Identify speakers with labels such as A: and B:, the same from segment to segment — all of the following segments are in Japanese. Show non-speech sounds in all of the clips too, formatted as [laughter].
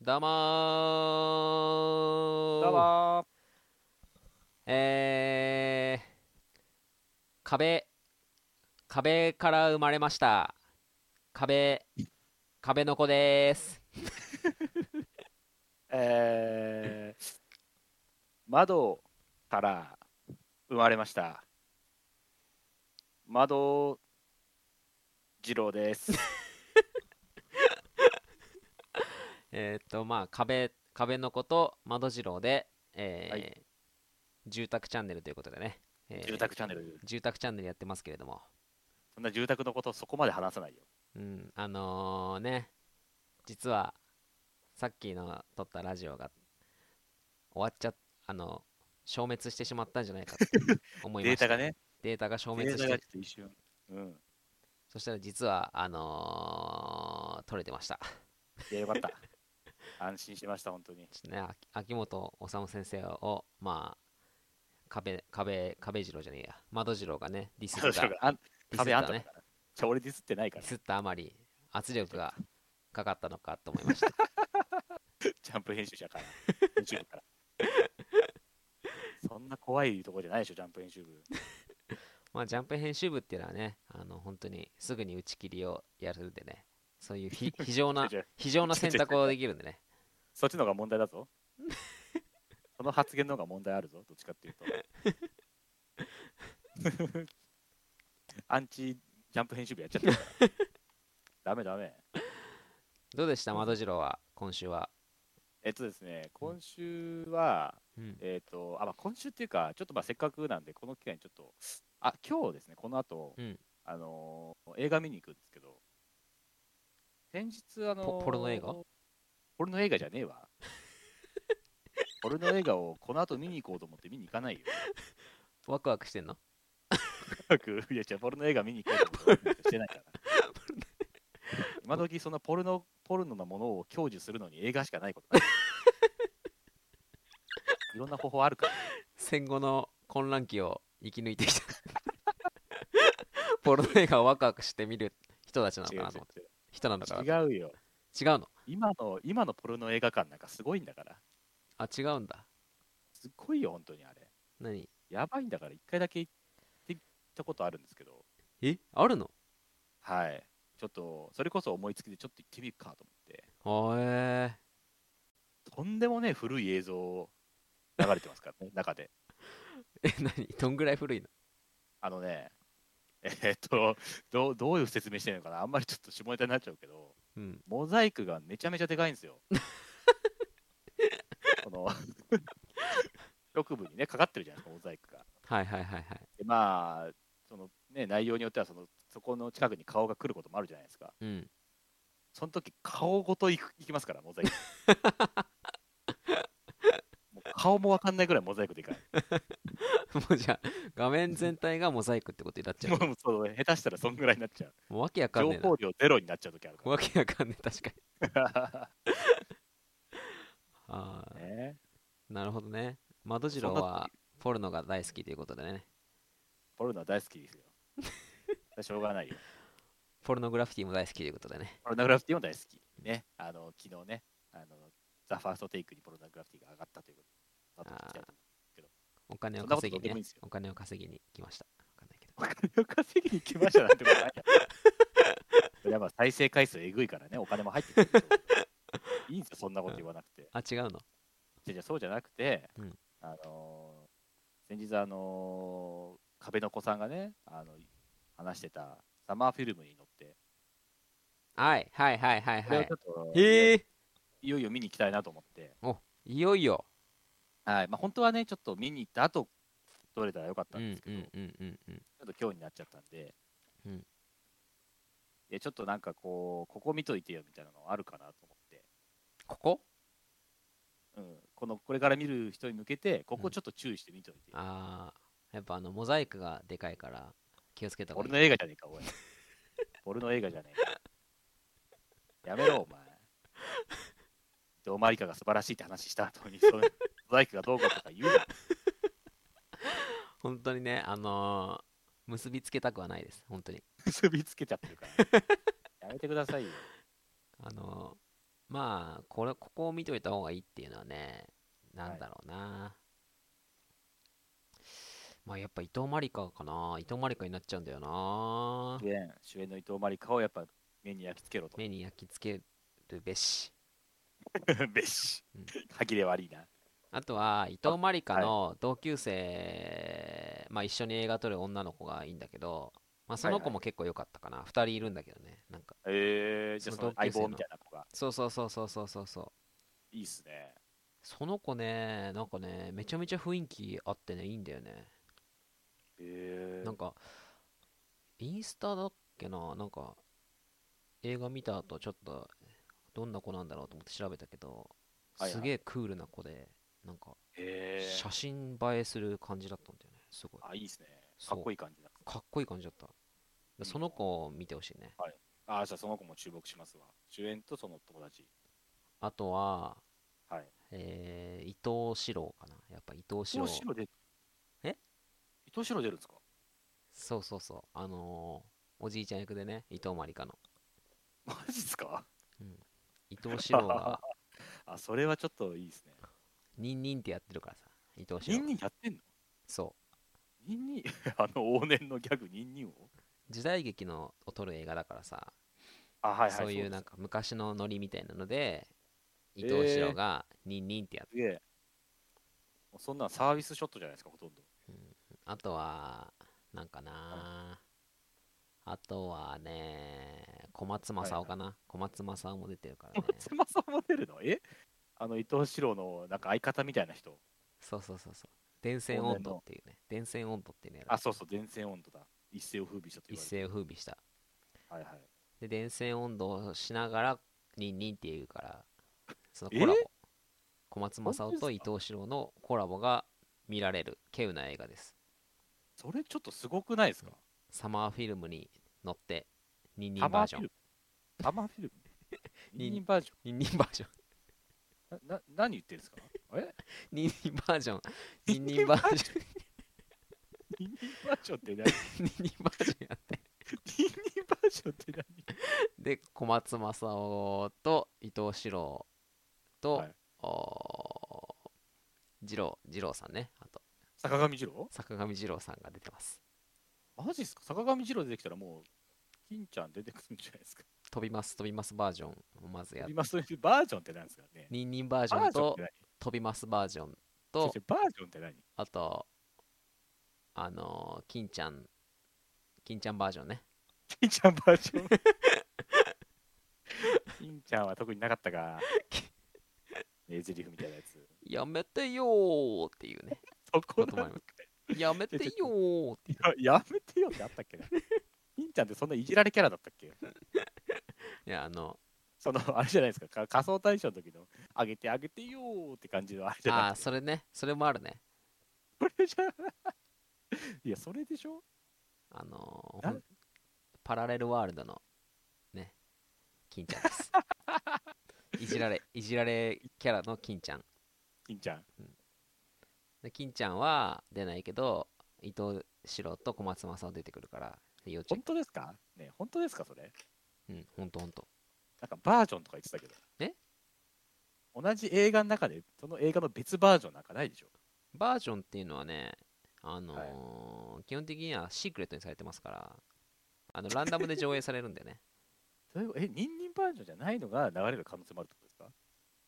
A: どうもー
B: どうも
A: えー、壁壁から生まれました壁壁の子です
B: えー、窓から生まれました。窓二郎です。
A: えーっとまあ壁壁の子と窓次郎で、えー
B: はい
A: 住宅チャンネルということでね、えー
B: 住宅チャンネル。
A: 住宅チャンネルやってますけれども
B: そんな住宅のことそこまで話さないよ。
A: うん、あのーね、実は、さっきの撮ったラジオが、終わっちゃっ、あの、消滅してしまったんじゃないかって
B: [laughs]
A: 思いま
B: デー
A: した。
B: タが。ね、
A: データが消
B: デ
A: 滅
B: ー
A: し
B: タが
A: て
B: ちょ、っと一瞬。うん。
A: そしたら実は、あのー撮れてました。
B: いや、よか
A: [laughs]
B: った。安心しました、本当に。
A: ちょっとね、あき秋元治先生を、まあ、壁、壁、壁次郎じゃねえや、窓次郎がね、ディスった、
B: そうしようかあん
A: ディスっ
B: 壁あん
A: た
B: ただ
A: ね
B: か、ら。じゃあ俺ディスってないか
A: ディ
B: ら。
A: スったあまり、圧力がかかったのかと思いました。
B: ジャンプ編集者
A: [laughs]
B: から。編集部から。そんな怖いとこじゃないでしょ、ジャンプ編集部。
A: まあ、ジャンプ編集部っていうのはね、あの本当にすぐに打ち切りをやるんでね、そういう [laughs] ひ非常な
B: じゃあ、
A: 非常な選択をできるんでね、
B: そっちの方が問題だぞ。その発言の方が問題あるぞ、どっちかっていうと。 [laughs] アンチジャンプ編集部やっちゃってるから。ダメダメ。
A: どうでした、窓次郎は、今週は。
B: えっとですね、今週は、
A: うん、
B: えっと、あ、まあ、今週っていうか、ちょっとまあせっかくなんで、この機会にちょっと、あ、今日ですね、この後、
A: うん
B: あのー映画見に行くんですけど、先日、あのー
A: ポポルノ映画
B: ポルノ映画じゃねえわ。
A: [laughs]
B: ポルノ映画をこの後見に行こうと思って見に行かない
A: [laughs]
B: よ。
A: ワクワクしてんの
B: くいや、じゃポルノ映画見に行こうと思ってしてな
A: [laughs]
B: いから。今時そんなポルノ、ポルノのものを享受するのに映画しかないこと
A: [laughs]
B: ない。いろんな方法あるから。
A: 戦後の混乱期を生き抜いてき [laughs] た。ポルノ映画をワクワクして見る人たちなの
B: 違
A: か
B: う
A: なと思って。人なのかな違う
B: 違う違うよ。
A: の
B: 今の、今のポルノ映画館なんかすごいんだから。
A: あ、違うんだ。
B: すっごいよ、本当にあれ。
A: 何
B: やばいんだから、一回だけ行って行ったことあるんですけど、
A: えあるの
B: はい。ちょっと、それこそ思いつきでちょっと行ってみるかと思って、
A: あえ
B: とんでもねえ古い映像流れてますからね、 [laughs] 中で。
A: ー、え、何どんぐらい古いの
B: あのね、えーっとどう、どういう説明してるのかな、あんまりちょっと下ネタになっちゃうけど、
A: うん。
B: モザイクがめちゃめちゃでかいんですよ。この局部にね、かかってるじゃないですか、モザイクが。
A: はいはいはいはい。
B: でまあ、そのね、内容によってはその、そこの近くに顔が来ることもあるじゃないですか。
A: うん。
B: その時顔ごといくいきますから、モザイ
A: [laughs]
B: ク。もう顔もわかんないぐらいモザイクでかい。
A: [laughs] もうじゃあ、画面全体がモザイクってことになっちゃ
B: も
A: う。
B: うそう下手したらそんぐらいになっちゃう。
A: もうわけわかん
B: 情
A: ねえな
B: 報。量ゼロになっちゃう時あるか
A: わけわかんねえ、確かに。
B: ら。
A: ああ、
B: ね、
A: なるほどね。窓次郎
B: そんな
A: はポルノが大好きということでね。
B: ポルノは大好きですよ。しょうがないよ。
A: ポルノグラフィティも大好きということでね。
B: ポルノグラフィティも大好き。ね、あの昨日ね、あのザ・ファーストテイクにポルノグラフィティが上がったということで後で聞きたいと
A: お金を
B: そんなこと
A: 稼ぎに
B: どうでも
A: ね
B: いいんですよ。
A: お金を稼ぎに来ました。わかんないけど。
B: 思う。 [laughs] お金を稼ぎに来ましたなんてことないよ。 [laughs] やっぱ再生回数えぐいからね、お金も入ってくるでしょう。いいんですよ、そんなこと言わなくて。
A: あ、違うの
B: じゃあじゃあそうじゃなくて、
A: うん
B: あのー先日、あのー壁の子さんがね、あの話してたサマーフィルムに乗って、
A: はいはいはいはい
B: これ
A: は
B: を
A: い
B: ちょ。っと、
A: へえ、
B: いよいよ見に行きたいなと思って、
A: いよいよ。
B: はいまあ、本当はね、ちょっと見に行った後撮れたらよかった
A: うん
B: で
A: ん
B: すけ
A: う
B: ど、
A: んうんうんうん。
B: ちょっと今日になっちゃったんで、
A: うん
B: でちょっとなんかこう、ここ見といてよみたいなのあるかなと思って、
A: ここ
B: うん、このこれから見る人に向けて、ここちょっと注意して見といて、
A: ああ、やっぱあの、モザイクがでかいから気をつけた方
B: 俺
A: が
B: の
A: いい。
B: 映画じゃね
A: [laughs]
B: えか、おい。俺の映画じゃねえか。やめろ、お前。で、おまりかが素晴らしいって話した
A: [laughs]
B: 後に、そういうバイクがどうかとか言うな。
A: 本当にね、あのー結びつけたくはないです。本当に。
B: 結びつけちゃってるから。やめてくださいよ。
A: あのまあこれここを見といた方がいいっていうのはねなんだろうな、まあやっぱ伊藤真理香かな伊藤真理香になっちゃうんだよな
B: 主演主演の伊藤真理香をやっぱ目に焼き付けろと。
A: 目に焼き付けるべし
B: べし
A: うん。
B: 歯切れ悪いな。
A: あとは伊藤真理香の同級生、まあ一緒に映画撮る女の子がいいんだけど、まあ、その
B: はいは
A: 子
B: い
A: も結構良かったかな、二2人いるんだけどねなんか
B: えー、じゃあ
A: そ
B: そ
A: の
B: の相
A: 同級生の
B: 棒みたいな子が。
A: そうそうそうそうそうそうそう
B: いいっすね。
A: その子ねなんかねめちゃめちゃ雰囲気あってねいいんだよね
B: えー、
A: なんか、インスタだっけな、なんか、映画見た後、ちょっと、どんな子なんだろうと思って調べたけど、
B: はいはい
A: すげえクールな子で、なんか、
B: えー、
A: 写真映えする感じだったんだよね、すごい。
B: あ、いいっすね。
A: そ
B: か
A: う
B: っこいい感じだ。
A: かっこいい感じだった。でその子を見てほしいね。
B: あー、じゃあその子も注目しますわ。主演とその友達。
A: あとは、
B: はい。
A: えー、伊藤四郎かな。やっぱ伊藤四
B: 伊
A: 郎。
B: 藤四郎出る
A: え
B: 伊藤四郎出るんですか [laughs]
A: そうそうそう。あのーおじいちゃん役でね、伊藤まりかの。
B: マジっすか
A: うん伊藤四郎
B: [laughs]
A: が、
B: あ、それはちょっといいっすね。
A: ニンニンってやってるからさ、伊藤四
B: ニ
A: 郎。
B: ンニンやってんの
A: そう。
B: ニンニン [laughs] あの往年のギャグニンニンを
A: 時代劇のを撮る映画だからさ、
B: あ、はいはい。
A: そういうなん
B: か。
A: か昔のノリみたいなので伊
B: えー
A: 藤四郎がニンニンってやって、
B: すげえ。もうそんなんサービスショットじゃないですか、ほ [laughs] とんど。
A: あとはなんかなあとはね小松政夫かな、小松政夫も出てるからね
B: 松間さんも出るのえあの伊藤四郎のなんか相方みたいな人。
A: そうそうそうそう電線温度っていうね電線温度っていうね
B: あ、そうそう、電線温度だ。一世を風靡したと言
A: 一
B: われて
A: 世を風靡した
B: る。はいはい。
A: で電線温度をしながらニンニンっていうからそのコ
B: え
A: ラボ小松政夫
B: 本当
A: と
B: で
A: 伊
B: すか
A: 藤四郎のコラボが見られる稀有な映画です
B: それちょっとすごくないですか
A: サマーフィルムに乗って、ニンニ
B: タ
A: ンバ
B: マ
A: ー
B: ー
A: ジ
B: フ
A: ョン
B: ィル。ム。タマーフィル
A: [laughs]
B: ム。ニンニンバージ
A: ニンニンバージョン。
B: ョン。な、な何言ってるんですかえ
A: ニンニンバージョン。ニンニンバージョ
B: ニンニンバージョンって何ニ
A: ン。
B: ン
A: ニンニンバージョンやって。
B: ニンバージョンって何
A: で、小松政夫と伊藤四郎と、
B: はい
A: おー二郎、二郎さんね。あと、
B: 坂上二郎
A: 坂上二郎さんが出てます。
B: マジっすか坂上二郎出てきたらもう、金ちゃん出てくるんじゃないですか。
A: 飛びます、飛びますバージョンをまずやっ
B: 今そういうバージョンって何ですかね
A: ニンニンバージ
B: バ
A: ョン
B: ージョンっ
A: と
B: て何
A: 飛びますバージョン
B: そ
A: と
B: し、てバージョンって何
A: あと、あのー、金ちゃん、金ちゃんバージョンね。
B: 金ちゃんバージ [laughs] ョン。金ちゃんは特になかったか。名台詞みたいなやつ。
A: やめてよーっていうね。
B: そ [laughs] こなんか
A: やめてよーって。
B: いややめてよってあったっけな。金ちゃんってそんないじられキャラだったっけ
A: いや、あの、
B: その、あれじゃないですかか。仮想大賞の時の、あげてあげてよーって感じのあれじゃ
A: あ
B: な
A: あ、
B: い
A: それね、それもあるね。
B: これじゃいや、それでしょ
A: あのー
B: な
A: ほんパラレルワールドの、ね、金ちゃん
B: [laughs]
A: です。いじられ、いじられキャラの金ちゃん。
B: 金ちゃん。
A: で金ちゃんは出ないけど、伊藤四郎と小松政夫出てくるから、要チェッ
B: 本
A: ク。
B: 当ですかね本当ですかそれ。
A: うん、ほんとほんと。
B: なんかバージョンとか言ってたけど。
A: え
B: 同じ映画の中で、その映画の別バージョンなんかないでしょ
A: バージョンっていうのはね、あのー基本的にはシークレットにされてますから、あの、ランダムで上映されるんだよね。 [laughs]
B: そういうえ、ニンニンバージョンじゃないのが流れる可能性もあるってことですか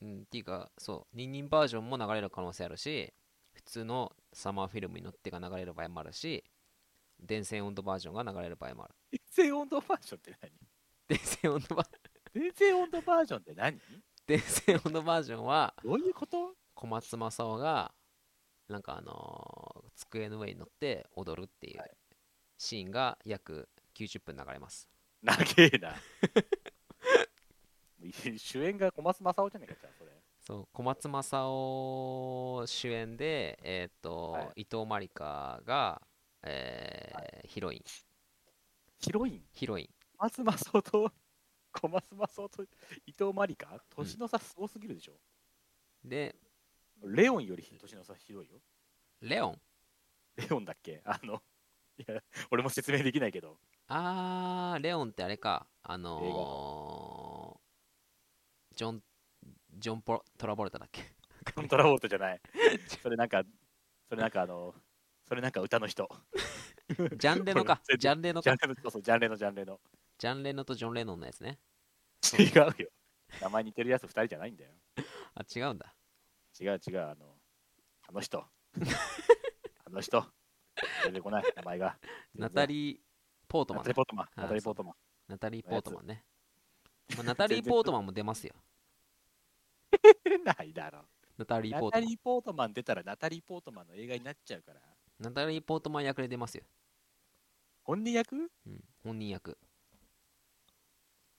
A: うん、っていうか、そう、ニンニンバージョンも流れる可能性あるし、普通のサマーフィルムに乗ってが流れる場合もあるし、電線温度バージョンが流れる場合もある。 [laughs]
B: 電線温度バージョンって
A: 電線温度 [laughs] バ
B: 何電線温度バージョンって何
A: 電線温度バージョンは、
B: どういうこと
A: 小松政夫が、なんかあのー机の上に乗って踊るっていう
B: は
A: シーンが約90分流れます。
B: 長え [laughs] な。主演が小松政夫じゃねえかじゃあそれ。
A: そう、小松政夫主演で、えーっと、
B: は
A: 伊藤まりかが、えーヒロイン、
B: ヒロイン、
A: ヒロイン。
B: 小松政夫 [laughs] と、小松政夫と伊藤真理香、
A: うん
B: 年の差すごすぎるでしょ。
A: で、
B: レオンより年の差ひどいよ。
A: レオン。
B: レオンだっけあの、いや、俺も説明できないけど、
A: あー、レオンってあれか。あのージョン・ジョンポロ・トラボルタだっけ
B: コントラボルトじ
A: [laughs]
B: ゃない。それなんか、それなんかあの、それなんか歌の人。
A: [laughs] ジャンレノか
B: 全然
A: ジャンレノ
B: ジャ
A: か
B: ンレの、そうそう、ジャンレのジャンレの。
A: ジャンレノとジョン・レノンのやつね
B: 違うよ。名前似てるやつ2人じゃないんだよ。
A: あ違うんだ
B: 違う違う、あの、
A: [laughs]
B: あの人。あの人。出てこない、名前が。
A: ナタ
B: ー・
A: リー・ポート
B: ナ
A: マン
B: タリー・ポートマン。
A: あ
B: ナタリー・ポートマン。
A: ナタリー・ポートマンね、まあ、ナタリー・ポートマンも出ますよ
B: 出 [laughs] ないだろ。
A: ナタリー・ポート
B: ナタ
A: マン
B: リー・ポートマン出たらナタリー・ポートマンの映画になっちゃうから。
A: ナタリー・ポートマン役で出ますよ、
B: 本人役
A: うん、本人役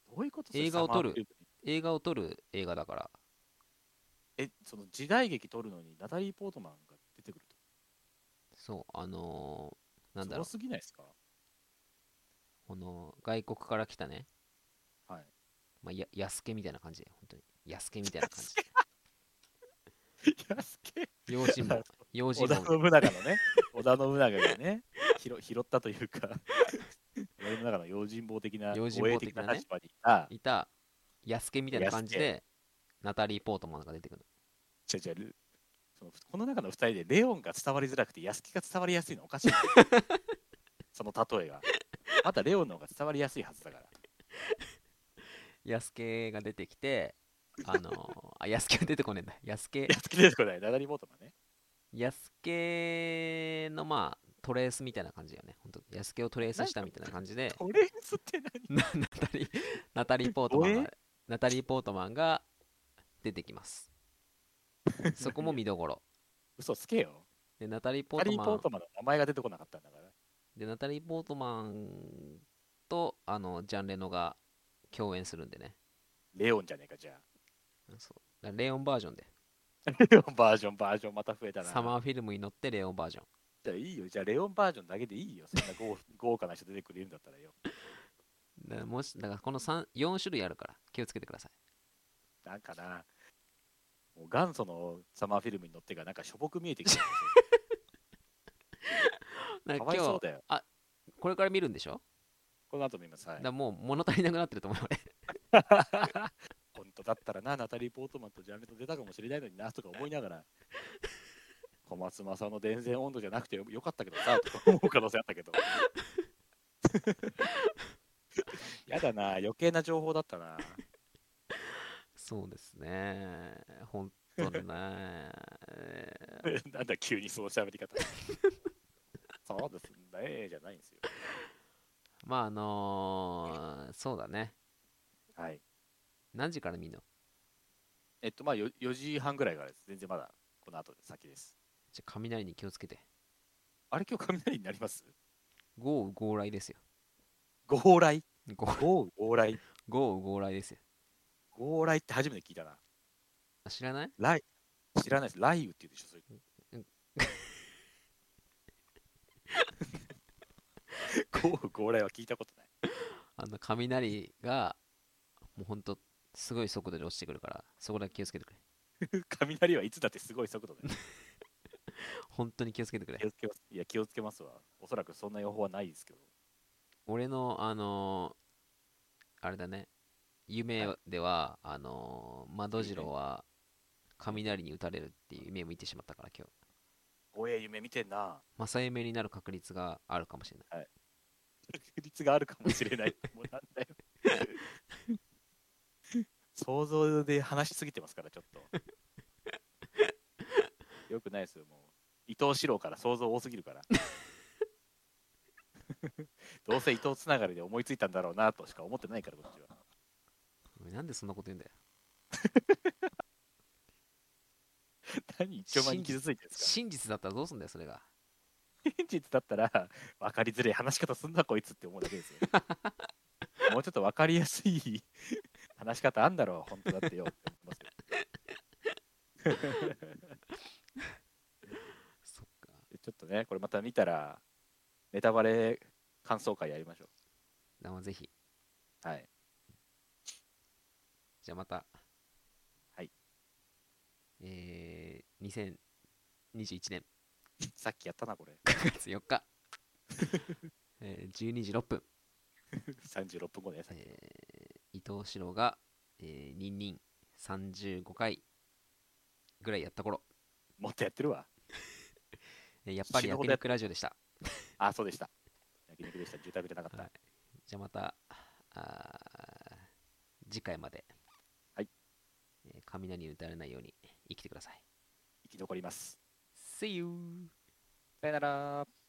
B: どういうこと
A: 映画を撮る。
B: それサマーウィーク
A: 映画を撮る映画だから
B: え、その時代劇撮るのにナタリー・ポートマンが出てくると。
A: そうあのーなんだろ
B: すご
A: う
B: すぎないですか
A: この外国から来たね
B: はい。
A: まあ、や安家みたいな感じで本当に安家みたいな感
B: [laughs] 安家
A: じ用心棒用心
B: 織
A: 棒
B: 田信長のね、織田信長がね、拾拾ったというか、 [laughs] 織田信長の用心棒的な、
A: 用心
B: 護衛
A: 棒
B: 的
A: 的
B: な
A: なね
B: 立場にいた、
A: いた安家みたいな感じでナタリー・ポートマンが出てくる
B: 違う違うそのこの中の2人でレオンが伝わりづらくて、安木が伝わりやすいのおかしい [laughs] んだよ。その例えが。またレオンの方が伝わりやすいはずだ [laughs] から。
A: 安家が出てきてあのーあ安家は出てこねえんだ安家
B: 安木ですこれ、ナダリーボートマンね。
A: 安家のまあトレースみたいな感じよね本当安家をトレースしたみたいな感じで
B: トレンスって何
A: な [laughs] ナタリーナタリー・ポートマン
B: 護
A: がナタリー・ポートマンが出てきますそこも見どこ
B: [laughs]
A: ろ
B: 嘘つけよ。
A: でナタリー・ポ
B: ナ
A: ート
B: タリー・
A: マ
B: ポー
A: ン
B: トマンの名前が出てこなかったんだから。
A: でナタリー・ポートマンとあのジャン・レノが共演するんでね
B: レオンじゃねえか、じゃ
A: そうだからレオンバージョンで
B: あ。レオンバージョン、バージョンまた増え [laughs] たな。
A: サマーフィルムに乗ってレオンバージョン
B: じゃあいいよ。じゃあレオンバージョンだけでいいよ。そんな豪豪華な人出てくれるんだったらよ。
A: だからもしだからこの3 4種類あるから気をつけてください
B: なんかな。もう元祖のサマーフィルムに乗ってがなんかしょぼく見えて [laughs] きて
A: だ
B: か
A: か
B: わ
A: ら今
B: いそう
A: 日
B: だよ。
A: これから見るんでしょ、
B: この後見ます。は
A: だ
B: い
A: か。らもう物足りなくなってると思うよ俺
B: 本当だったらな、ナタリー・ポートマンとジャンルと出たかもしれないのになとか思いながら、小松政夫の伝染温度じゃなくてよよかったけどなとか思う可能性あったけど。やだな、余計な情報だったな。
A: そうですね本当にね
B: なんだ、急にその喋り方。そうですね、じゃないんですよ。
A: まああのーそうだね
B: はい。
A: 何時から見るの
B: えっと、まあよ4時半ぐらいからです。全然まだこの後で先です。
A: じゃあ雷に気をつけて
B: あれ、今日雷になります
A: 豪雨豪来ですよ
B: ご往来
A: 豪
B: ご往来
A: 豪雨豪来ですよ
B: ご往来って初めて聞いたな。
A: あ知らない
B: 雷知らないです。雷雨って言うでしょ、 [laughs] それ。豪雨ご往来は聞いたことない。
A: あの雷がもうほんとすごい速度で落ちてくるからそこだけ気をつけてくれ
B: 雷はいつだってすごい速度 [laughs] で。
A: 本当に気をつけてくれ
B: 気をつけます。いや、気をつけますわ。おそらくそんな予報はないですけど。
A: 俺のあのーあれだね夢では、あのー窓次郎は雷に打たれるっていう夢を見てしまったから今日
B: おえ、夢見てんな。
A: 正夢になる確率があるかもしれない
B: 確率があるかもしれない。もうなんだよ。想像で話しすぎてますから、ちょっと。よくないですよ、もう。伊藤四郎から想像多すぎる [laughs] から。どうせ伊藤つながりで思いついたんだろうなとしか思ってないから、こっちは。
A: おいなんでそんなこと言うんだよ
B: 何一丁前に傷ついてるんですか
A: 真実だったらどうすんだよそれが
B: 真実だったら、分かりづれえ話し方すんな、こいつって思うだけですよ。 [laughs] もうちょっと分かりやすい話し方あんだろう、本当だってよって思いますよ。
A: そっか
B: でちょっとね、これまた見たら、ネタバレ感想会やりましょ
A: だからぜひ
B: う。はい。
A: じゃあまた
B: はい
A: えー、2021年 [laughs]
B: さっきやったな、これ。
A: 9月4日、
B: [laughs]
A: えー12時6分
B: 36分後のやつ。
A: えー伊藤四郎が、えー、ニンニン35回ぐらいやった頃
B: もっとやってるわ。
A: えやっぱり
B: 死ぬほ
A: 焼
B: どやっ
A: 肉ラジオでした
B: あ、そうでした。焼肉でした。住宅じゃなかった。
A: はいじゃあまたあー次回まで、
B: はい
A: えー雷に打たれないように生きてください
B: 生き残ります。
A: See you!
B: さよなら。